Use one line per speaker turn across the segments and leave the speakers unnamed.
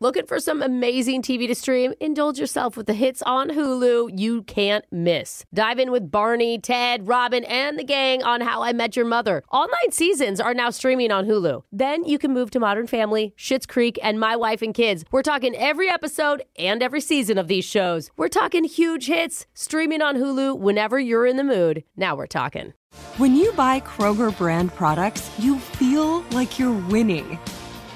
Looking for some amazing TV to stream? Indulge yourself with the hits on Hulu you can't miss. Dive in with Barney, Ted, Robin, and the gang on How I Met Your Mother. All nine seasons are now streaming on Hulu. Then you can move to Modern Family, Schitt's Creek, and My Wife and Kids. We're talking every episode and every season of these shows. We're talking huge hits, streaming on Hulu whenever you're in the mood. Now we're talking.
When you buy Kroger brand products, you feel like you're winning.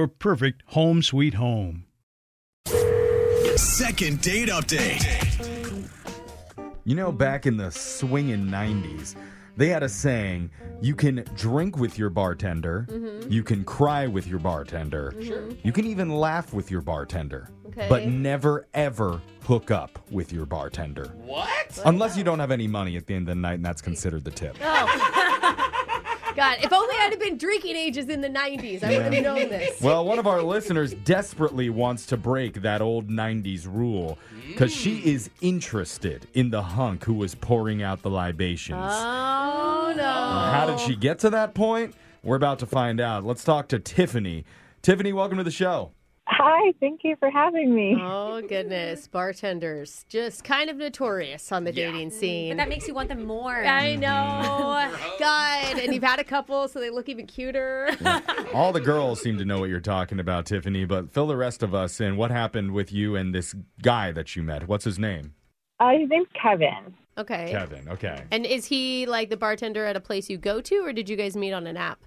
your perfect home sweet home.
Second date update.
You know, back in the swinging 90s, they had a saying you can drink with your bartender,
Mhm.
you can cry with your bartender, you can even laugh with your bartender,
Okay.
but never ever hook up with your bartender.
What?
Unless you don't have any money at the end of the night, and that's considered the tip.
God, if only I'd have been drinking ages in the 90s, I would
Yeah.
have known this.
Well, one of our listeners desperately wants to break that old 90s rule because she is interested in the hunk who was pouring out the libations.
Oh no.
How did she get to that point? We're about to find out. Let's talk to Tiffany. Tiffany, welcome to the show.
Hi, thank you for having me.
Oh goodness, bartenders just kind of notorious on the dating scene.
Mm, But that makes you want them more.
I
Mm-hmm.
know, God, and you've had a couple, so they look even cuter.
All the girls seem to know what you're talking about, Tiffany, but fill the rest of us in. What happened with you and this guy that you met? What's his name?
Uh, his name's Kevin.
Okay.
Kevin. Okay.
And is he like the bartender at a place you go to, or did you guys meet on an app?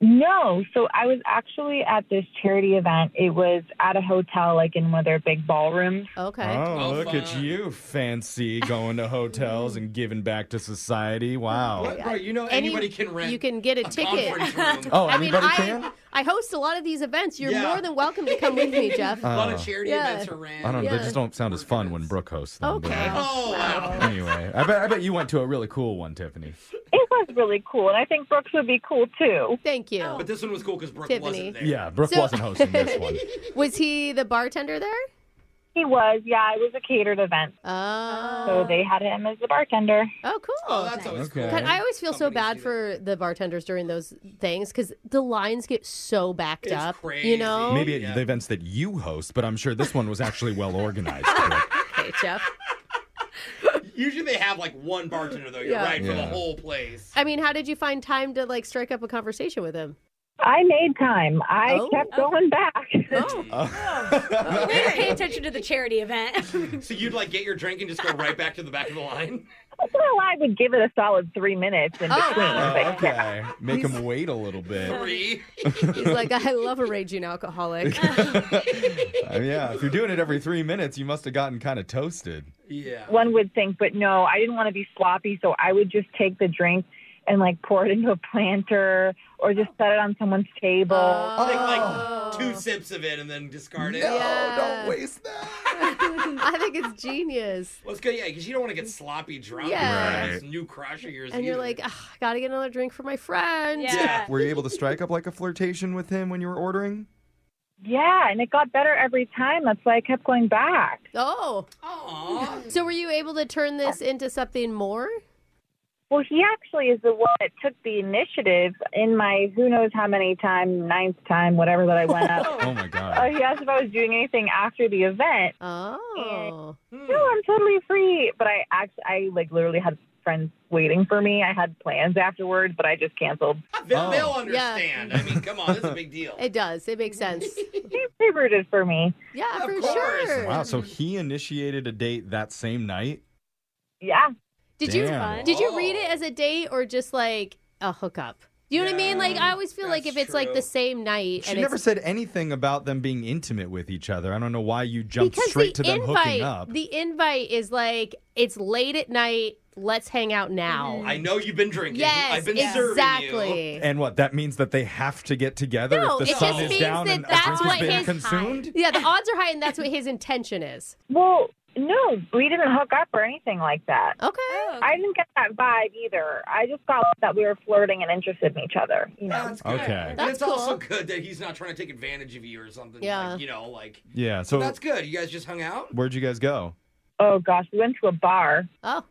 No, so I was actually at this charity event. It was at a hotel, like in one of their big ballrooms.
Okay.
Oh, look at you, fancy, going to hotels and giving back to society. Wow.
Right, you know
Any-
anybody can rent.
You can get a, ticket.
conference room.
Oh,
I mean,
anybody can?
I, I host a lot of these events. You're
Yeah.
more than welcome to come with me, Jeff.
a lot
Oh.
of charity
Yeah.
events are ran.
I don't know. They
Yeah.
just don't sound as fun when Brooke hosts them. do
Okay.
they?
Oh wow.
Anyway, I bet, I bet you went to a really cool one, Tiffany.
It was really cool, and I think Brooks would be cool too.
Thank you.
But this one was cool because Brooke
Tiffany.
wasn't there.
Yeah, Brooke
So-
wasn't hosting this one.
Was he the bartender there?
He was, yeah, it was a catered event,
Oh.
so they had him as the bartender.
Oh, cool.
Oh, that's always
Okay.
cool.
God, I always feel so
Companies
bad
do
for the bartenders during those things because the lines get so backed
It's
up. You
crazy.
know?
Maybe at
Yeah.
the events that you host, but I'm sure this one was actually well organized.
Okay, Jeff.
Usually they have like one bartender though. You're
Yeah.
right for the
Yeah.
whole place.
I mean, how did you find time to like strike up a conversation with him?
I made time. I
Oh.
kept going back.
Oh,
You better pay attention to the charity event.
So you'd like get your drink and just go right back to the back of the line.
well, I would give it a solid three minutes in between.
Oh,
but yeah.
okay. Make him wait a little bit.
Three.
he's like, I love a raging alcoholic.
Uh, yeah, if you're doing it every three minutes, you must have gotten kind of toasted.
Yeah.
one would think, but no, I didn't want to be sloppy, so I would just take the drink and like pour it into a planter or just set it on someone's table.
Take
Oh.
like two sips of it and then discard it.
Yeah.
don't waste that.
I think it's genius.
Well, it's good, yeah, because you don't want to get sloppy drunk.
Yeah.
and
Right.
have This new crush of yours.
And you're
either.
like, "Ugh, I gotta get another drink for my friend.
Yeah.
Were you able to strike up like a flirtation with him when you were ordering?
Yeah, and it got better every time. That's why I kept going back.
Oh. So were you able to turn this into something more?
Well, he actually is the one that took the initiative in my who knows how many time, ninth time, whatever that I went up.
Oh my
Uh,
god.
he asked if I was doing anything after the event.
Oh.
Hmm.
No, I'm totally free. But I act, I like literally had friends waiting for me. I had plans afterwards, but I just canceled.
They'll,
Oh.
they'll understand. I mean, come on, this is a big deal.
It does. It makes sense.
They, they rooted for me.
Yeah,
Of
for
course.
sure.
Wow, so he initiated a date that same night?
Yeah.
Did you
Damn.
did you read
Oh.
it as a date or just like a hookup? You know what I mean? Like I always feel like if
that's
it's like
true.
the same night
She
and
never
it's
said anything about them being intimate with each other. I don't know why you jumped
because
straight
the
to them
invite
hooking up.
the invite is like it's late at night, let's hang out now.
I know you've been drinking.
yes,
I've been serving you.
exactly.
and what that means that they have to get together
No,
if
it
the sun
just
is
means
down
that
and a
that's
drink
what
has been
his
consumed.
Yeah, the odds are high and that's what his intention is.
Well, no, we didn't hook up or anything like that.
Okay.
Oh.
Oh,
I didn't get that vibe either. I just got that we were flirting and interested in each other. You know.
That's good.
Okay.
And
Oh, That's
it's also
cool.
good that he's not trying to take advantage of you or something.
Yeah.
Like, you know, like
Yeah, so
that's good. You guys just hung out.
where'd you guys go?
Oh gosh, we went to a bar.
Oh.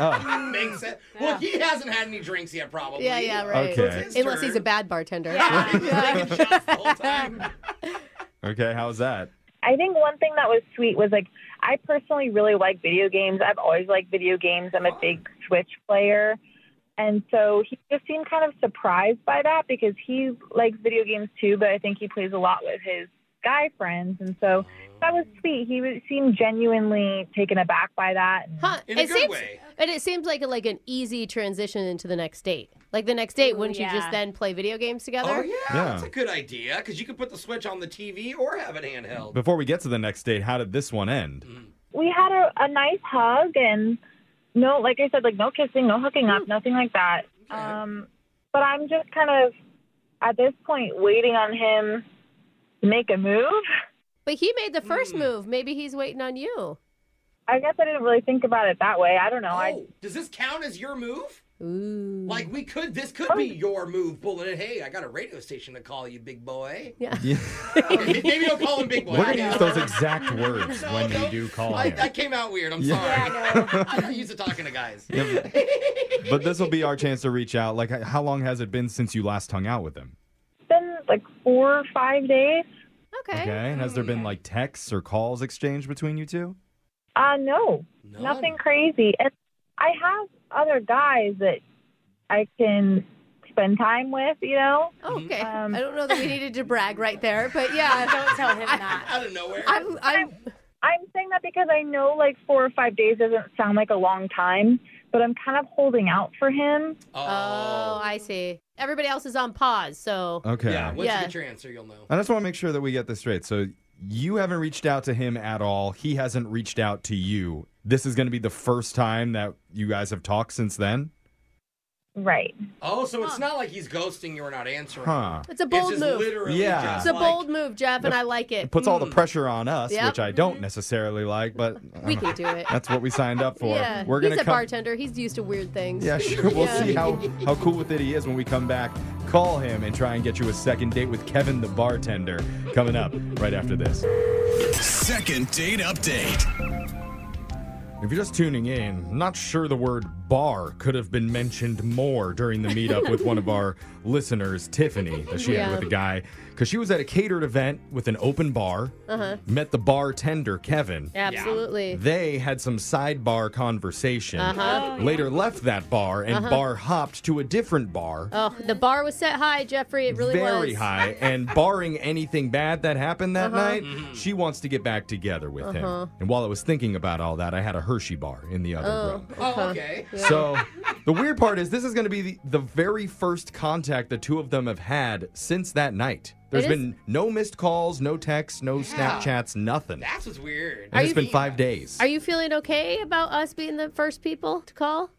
Oh,
Makes sense. Well, he hasn't had any drinks yet, probably.
Yeah, yeah, right.
Okay.
It's his
Unless he's a
turn.
bad bartender.
Yeah, he's taking shots the whole time.
okay. How's that?
I think one thing that was sweet was like I personally really like video games. I've always liked video games. I'm a big Switch player. And so he just seemed kind of surprised by that because he likes video games too, but I think he plays a lot with his guy friends. And so that was sweet. He was- seemed genuinely taken aback by that. And
Huh.
In a
it
good
seems,
way.
And it seems like a, like an easy transition into the next date. Like the next date,
Ooh,
wouldn't you just
yeah.
then play video games together?
Oh yeah,
Yeah.
that's a good idea because you can put the switch on the TV or have it handheld.
Before we get to the next date, how did this one end?
Mm.
we had a, a nice hug and no, like I said, like no kissing, no hooking
Mm.
up, nothing like that. Um, but I'm just kind of at this point waiting on him to make a move.
But he made the first
Hmm.
move. Maybe he's waiting on you.
I guess I didn't really think about it that way. I don't know.
Oh,
I
does this count as your move?
Ooh.
Like we could, this could
Um,
be your move, bullet. Hey, I got a radio station to call you, big boy.
Yeah.
Maybe don't call him big boy.
We're gonna use those exact words
No,
when we
no.
do call
I,
him.
I came out weird. I'm sorry. I am used to talking to guys.
But this will be our chance to reach out. Like, h- how long has it been since you last hung out with him?
it's been like four or five days.
okay.
Okay. And has there been like texts or calls exchanged between you two?
Uh, no,
None.
nothing crazy. And I have other guys that I can spend time with, you know?
Mm-hmm.
Oh, okay.
Um,
I don't know that we needed to brag right there, but yeah.
Don't tell him that.
Out of nowhere.
I'm, I'm,
I'm saying that because I know like four or five days doesn't sound like a long time, but I'm kind of holding out for him.
Uh,
oh, I see. Everybody else is on pause, so.
Okay.
yeah. Once
Yeah.
you get your answer, you'll know.
I just want to make sure that we get this straight. So you haven't reached out to him at all. He hasn't reached out to you. This is going to be the first time that you guys have talked since then.
Right.
Oh, so it's not like he's ghosting you or not answering.
Huh.
It's a
It's
bold
just
move.
literally
Yeah.
just
It's a
like-
bold move, Jeff, and I like it.
It puts all the pressure on us,
Hmm. Yep. Mm-hmm.
which I don't necessarily like, but uh,
We can do it.
that's what we signed up for.
yeah.
We're
he's
gonna
a
come.
bartender. He's used to weird things.
Yeah, sure. We'll
Yeah.
see how how cool with it he is when we come back. Call him and try and get you a second date with Kevin the bartender coming up right after this.
Second date update.
If you're just tuning in, I'm not sure the word bar could have been mentioned more during the meetup with one of our listeners, Tiffany, that she
Yeah.
had with a guy. Because she was at a catered event with an open bar,
Uh-huh.
met the bartender, Kevin.
Absolutely.
They had some sidebar conversation.
Uh-huh. Oh,
Later left that bar and bar hopped to a different bar.
Oh, the bar was set high, Jeffrey. It really
very
was. Uh-huh.
high. And barring anything bad that happened that night,
Mm-hmm.
she wants to get back together with him. And while I was thinking about all that, I had a Hershey bar in the other room.
Oh, okay.
So the weird part is this is going to be the, the very first contact the two of them have had since that night. There's
It is-
been no missed calls, no texts, no Snapchats, nothing.
That's what's weird.
And it's been five days.
Are you feeling okay about us being the first people to call?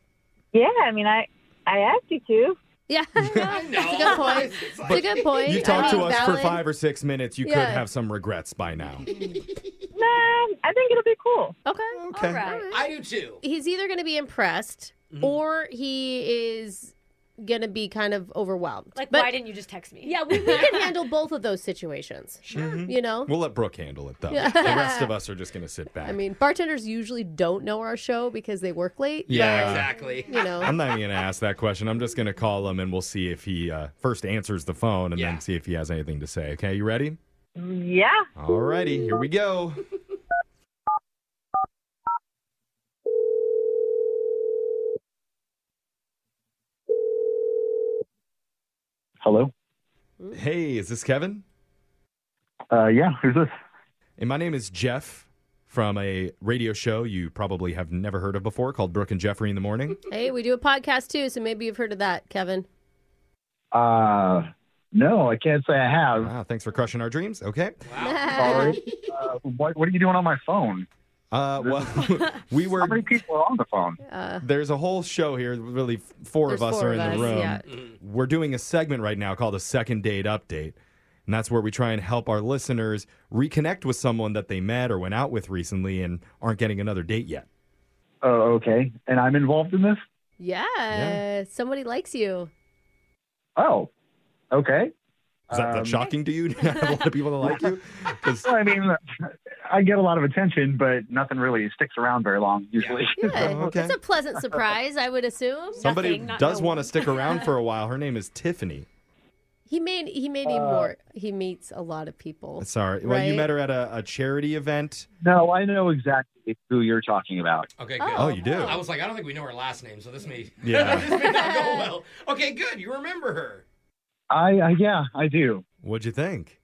Yeah, I mean, I I asked you to.
Yeah, I know. It's a good point. It's a good point.
you
I
talked to
mean,
us for
valid.
five or six minutes. You could
Yeah.
have some regrets by now.
Nah, I think it'll be cool.
Okay.
All right.
I do too.
Mm-hmm. He's either going to be impressed or he is going to be kind of overwhelmed.
Like,
but
why didn't you just text me?
yeah, we, we can handle both of those situations. You know?
Mm-hmm. We'll let Brooke handle it though. the rest of us are just gonna sit back.
I mean, bartenders usually don't know our show because they work late.
yeah,
Exactly.
but, You know,
I'm not even gonna ask that question. I'm just gonna call him and we'll see if he uh, first answers the phone and
Yeah.
then see if he has anything to say. Okay, you ready?
Yeah.
Alrighty, here we go.
Hello.
Hey, is this Kevin?
Uh, yeah, who's this?
And my name is Jeff from a radio show you probably have never heard of before called Brooke and Jeffrey in the Morning.
hey, we do a podcast too, so maybe you've heard of that, Kevin.
Uh, no, I can't say I have.
Wow, Ah, thanks for crushing our dreams. Okay.
Uh, Sorry. uh, what, what are you doing on my phone?
Uh, well, we were.
How many people are on the phone?
There's a whole show here. Really, four
There's
of us
four
are
of
in
us,
the room.
yeah.
Mm-hmm.
We're doing a segment right now called a second date update. And that's where we try and help our listeners reconnect with someone that they met or went out with recently and aren't getting another date yet.
Oh, okay. And I'm involved in this?
Yeah, somebody likes you.
Oh, okay.
Is that, that
Um,
shocking to you? a lot of people that like you? 'Cause-
Well, I mean, I get a lot of attention, but nothing really sticks around very long usually.
Yeah,
Oh, okay.
it's a pleasant surprise, I would assume.
Somebody
Nothing, not
does
no
want to
one.
stick around for a while. Her name is Tiffany.
He may he may need
Uh,
more. He meets a lot of people.
Sorry. Well, you
Right.
met her at a, a charity event.
no, I know exactly who you're talking about.
Okay, good.
Oh,
Oh, you do?
I was like, I don't think we know her last name, so this may,
Yeah.
this may not go well. Okay, good. You remember her.
I, I yeah, I do.
What'd you think?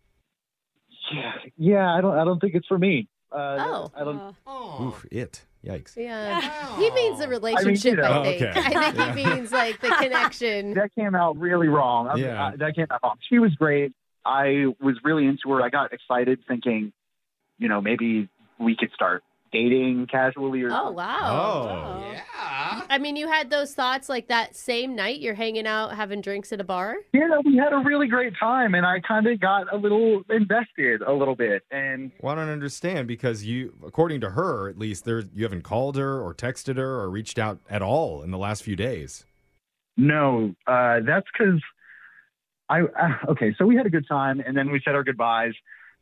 Yeah, yeah. I don't. I don't think it's for me. Uh,
Oh.
I don't.
Uh,
Oh,
Oof, it. Yikes.
Yeah. He means the
Oh. you
relationship, I,
know.
think.
Oh, Okay.
I think he means like the connection.
that came out really wrong. I'm-
Yeah.
I- that came out wrong. She was great. I was really into her. I got excited thinking, you know, maybe we could start dating casually or
Oh wow.
Oh.
yeah.
I mean, you had those thoughts like that same night you're hanging out having drinks at a bar.
yeah, we had a really great time and I kind of got a little invested a little bit and
Well, I don't understand because you, according to her, at least, there you haven't called her or texted her or reached out at all in the last few days.
no, uh that's cuz I uh, okay, so we had a good time and then we said our goodbyes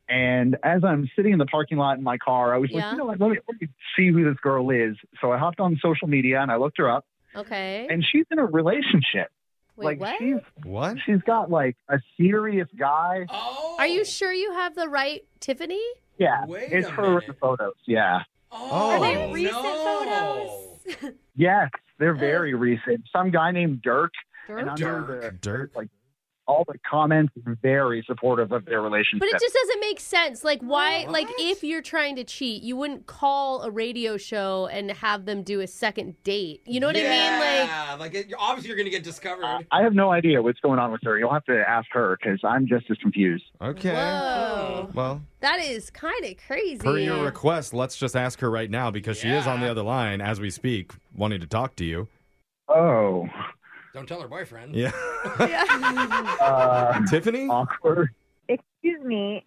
and as I'm sitting in the parking lot in my car, I was
Yeah.
like, you know what, let me, let me see who this girl is. So I hopped on social media and I looked her up
Okay.
and she's in a relationship.
Wait,
like
what?
she's
What?
she's got like a serious guy.
Oh.
Are you sure you have the right Tiffany?
Yeah,
Wait
it's
a
her
minute.
photos. Yeah,
Oh,
Are they
Oh,
recent
no.
photos?
yes, they're very recent. Some guy named Dirk, and
Dirk?
under
Dirk.
the
Dirt.
like all the comments were very supportive of their relationship.
But it just doesn't make sense. Like, why? Like, if you're trying to cheat, you wouldn't call a radio show and have them do a second date. You know what I
Yeah, like, it- obviously you're going to get discovered.
I- I have no idea what's going on with her. You'll have to ask her because I'm just as confused.
Okay.
mean? Like, whoa.
Well,
That is kind of crazy.
per your request, let's just ask her right now because she is on the
Yeah.
other line as we speak, wanting to talk to you.
Oh,
Don't tell her boyfriend.
Yeah.
uh,
Tiffany?
awkward.
Excuse me.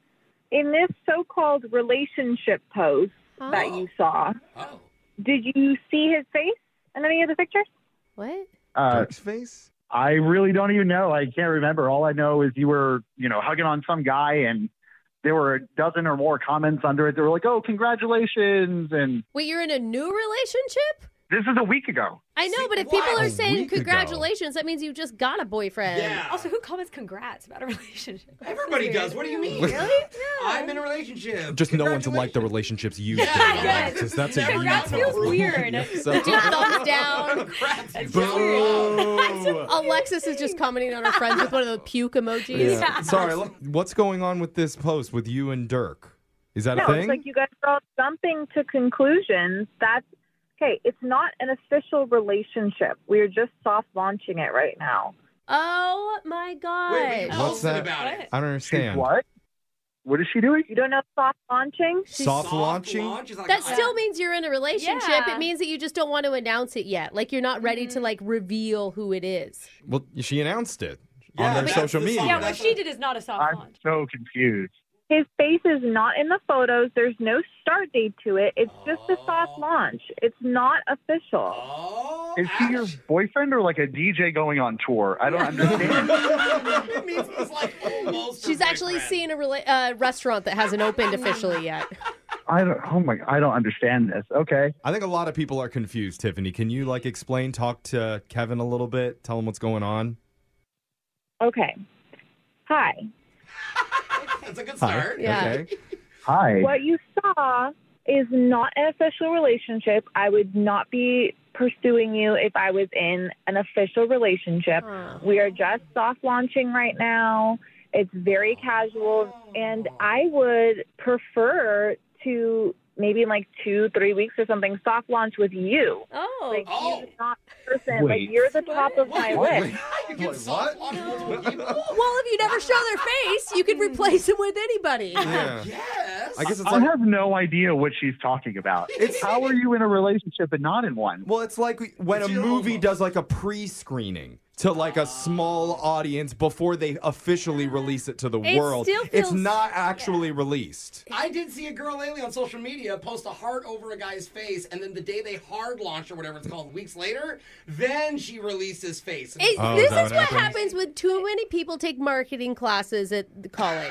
In this so-called relationship post that you saw,
Oh.
did you see his face in any of the pictures?
What?
Uh,
Dirk's face?
I really don't even know. I can't remember. All I know is you were, you know, hugging on some guy and there were a dozen or more comments under it. They were like, oh, congratulations. And
Wait, you're in a new relationship?
this is a week ago.
I know,
See,
but if
what?
people
A
are saying
week ago.
congratulations, that means you just got a boyfriend.
Yeah.
Also, who comments congrats about a relationship?
Everybody
That's
does. What do you mean?
Really? Yeah.
I'm in a relationship.
Just no one to like the
Congratulations.
relationships you
Yeah,
did.
yeah.
Alexis. That's a
Congrats
no.
feels weird.
Yeah, so-
Do thumbs down.
Congrats, you dumb.
Boo.
Alexis is just commenting on her friends with one of the puke emojis.
Yeah. Sorry, look, what's going on with this post with you and Dirk? Is that a
no,
thing?
it's like you guys are all jumping to conclusions. That's okay. It's not an official relationship. We're just soft launching it right now.
Oh my gosh.
Wait, wait,
What's
What's
that?
about it?
I don't
She's
understand.
what? What is she doing?
You don't know soft launching?
Soft, launching?
launch is like
That
a-
still means you're in a relationship.
Yeah.
It means that you just don't want to announce it yet. Like you're not ready to like reveal who it is.
Well, she announced it
Yeah,
on their
but
social
that's the
media.
song.
Yeah, what she did is not a soft
I'm
launch.
so confused.
His face is not in the photos. There's no start date to it. It's just a soft launch. It's not official.
Oh.
Is he your boyfriend or like a DJ going on tour? I don't understand.
it means he's like oh, almost.
She's actually seeing a rela- uh, restaurant that hasn't opened officially yet.
I don't. Oh my! I don't understand this. Okay.
I think a lot of people are confused, Tiffany. Can you like explain, talk to Kevin a little bit, tell him what's going on?
Okay. Hi.
That's a
Hi.
good start.
Uh,
Okay.
Hi.
What you saw is not an official relationship. I would not be pursuing you if I was in an official relationship. We are just soft launching right now. It's very casual, and I would prefer to maybe in like two, three weeks or something soft launch with you.
Oh.
Like
Oh.
you're not the person.
Wait.
Like you're the top of my
Wait,
list.
You can soft launch multiple people?
well, if you never show their face, you could replace them with anybody.
Yeah.
Yes.
I guess it's
I
like
have no idea what she's talking about.
It's-
How are you in a relationship and not in one?
Well, it's like when a
It's your
movie
own-
does like a pre-screening to like a small audience before they officially release it to the
It
world.
still
it's
feels-
not actually released.
I did see a girl lately on social media post a heart over a guy's face, and then the day they hard launch or whatever it's called, weeks later, then she released his face. And
It-
Oh,
this
that
is what
happens.
happens when too many people take marketing classes at the college.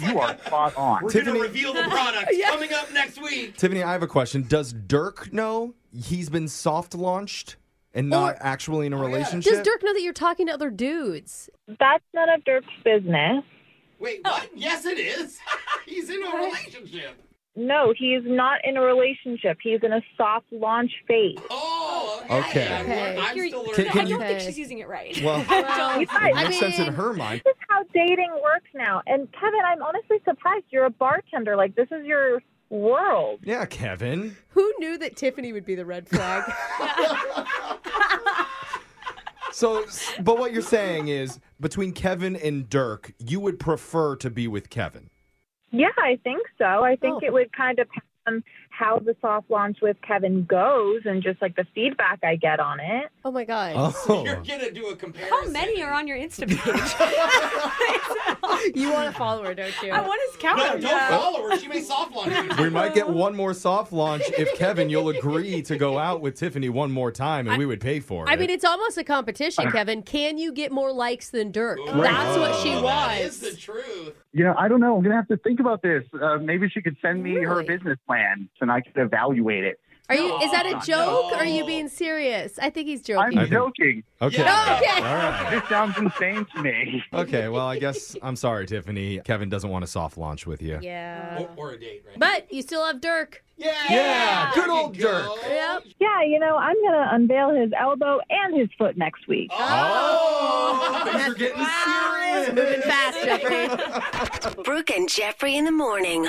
You are spot on.
We're
Tiffany-
gonna reveal the product coming up next week.
Tiffany, I have a question. Does Dirk know he's been soft launched and not actually
Oh,
in a relationship?
Does Dirk know that you're talking to other dudes?
That's none of Dirk's business.
Wait,
Oh.
what? Yes, it is. He's in a relationship.
No, he is not in a relationship. He's in a soft launch phase.
Oh, okay.
Okay.
I'm, lear- I'm
You're-
still
Can-
learning.
I
can
don't think
Okay.
she's using it right.
Well,
Well,
it
I
makes sense in
mean-
her mind.
This is how dating works now. And Kevin, I'm honestly surprised you're a bartender. Like this is your world.
Yeah, Kevin.
Who knew that Tiffany would be the red flag?
So, s- but what you're saying is between Kevin and Dirk, you would prefer to be with Kevin.
Yeah, I think so. I think
Oh.
it would kind of depend on how the soft launch with Kevin goes and just like the feedback I get on it.
oh my god.
You're gonna do a comparison.
How many are on your Insta page?
You want a follower, don't you?
I want to count
No,
them.
don't follow her. She may soft launch you.
We might get one more soft launch if Kevin, you'll agree to go out with Tiffany one more time, and we would pay for it.
I mean, it's almost a competition, Kevin. Can you get more likes than Dirk? That's what she
Oh, That is
wants.
the truth.
You know, I don't know. I'm gonna have to think about this. Uh, maybe she could send me her
Really?
business plan and I could evaluate it.
Are you? Is that a
No,
joke? Or are you
no.
being serious? I think he's
I'm
joking.
think-
joking.
okay.
Yeah.
Okay.
All right.
This sounds insane to me.
Okay. Well, I guess I'm sorry, Tiffany. Kevin doesn't want a soft launch with you.
Yeah.
Or, or a date, right?
But you still have Dirk.
yeah.
Yeah, good
There you
old
go.
Dirk.
Yep.
Yeah, you know, I'm gonna unveil his elbow and his foot next week.
Oh, things are getting
Moving fast, Jeffrey.
Brooke and Jeffrey in the morning.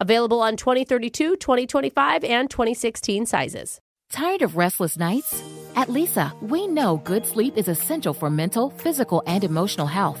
Available on 2032, 2025, and 2016 sizes.
Tired of restless nights? At Lisa, we know good sleep is essential for mental, physical, and emotional health.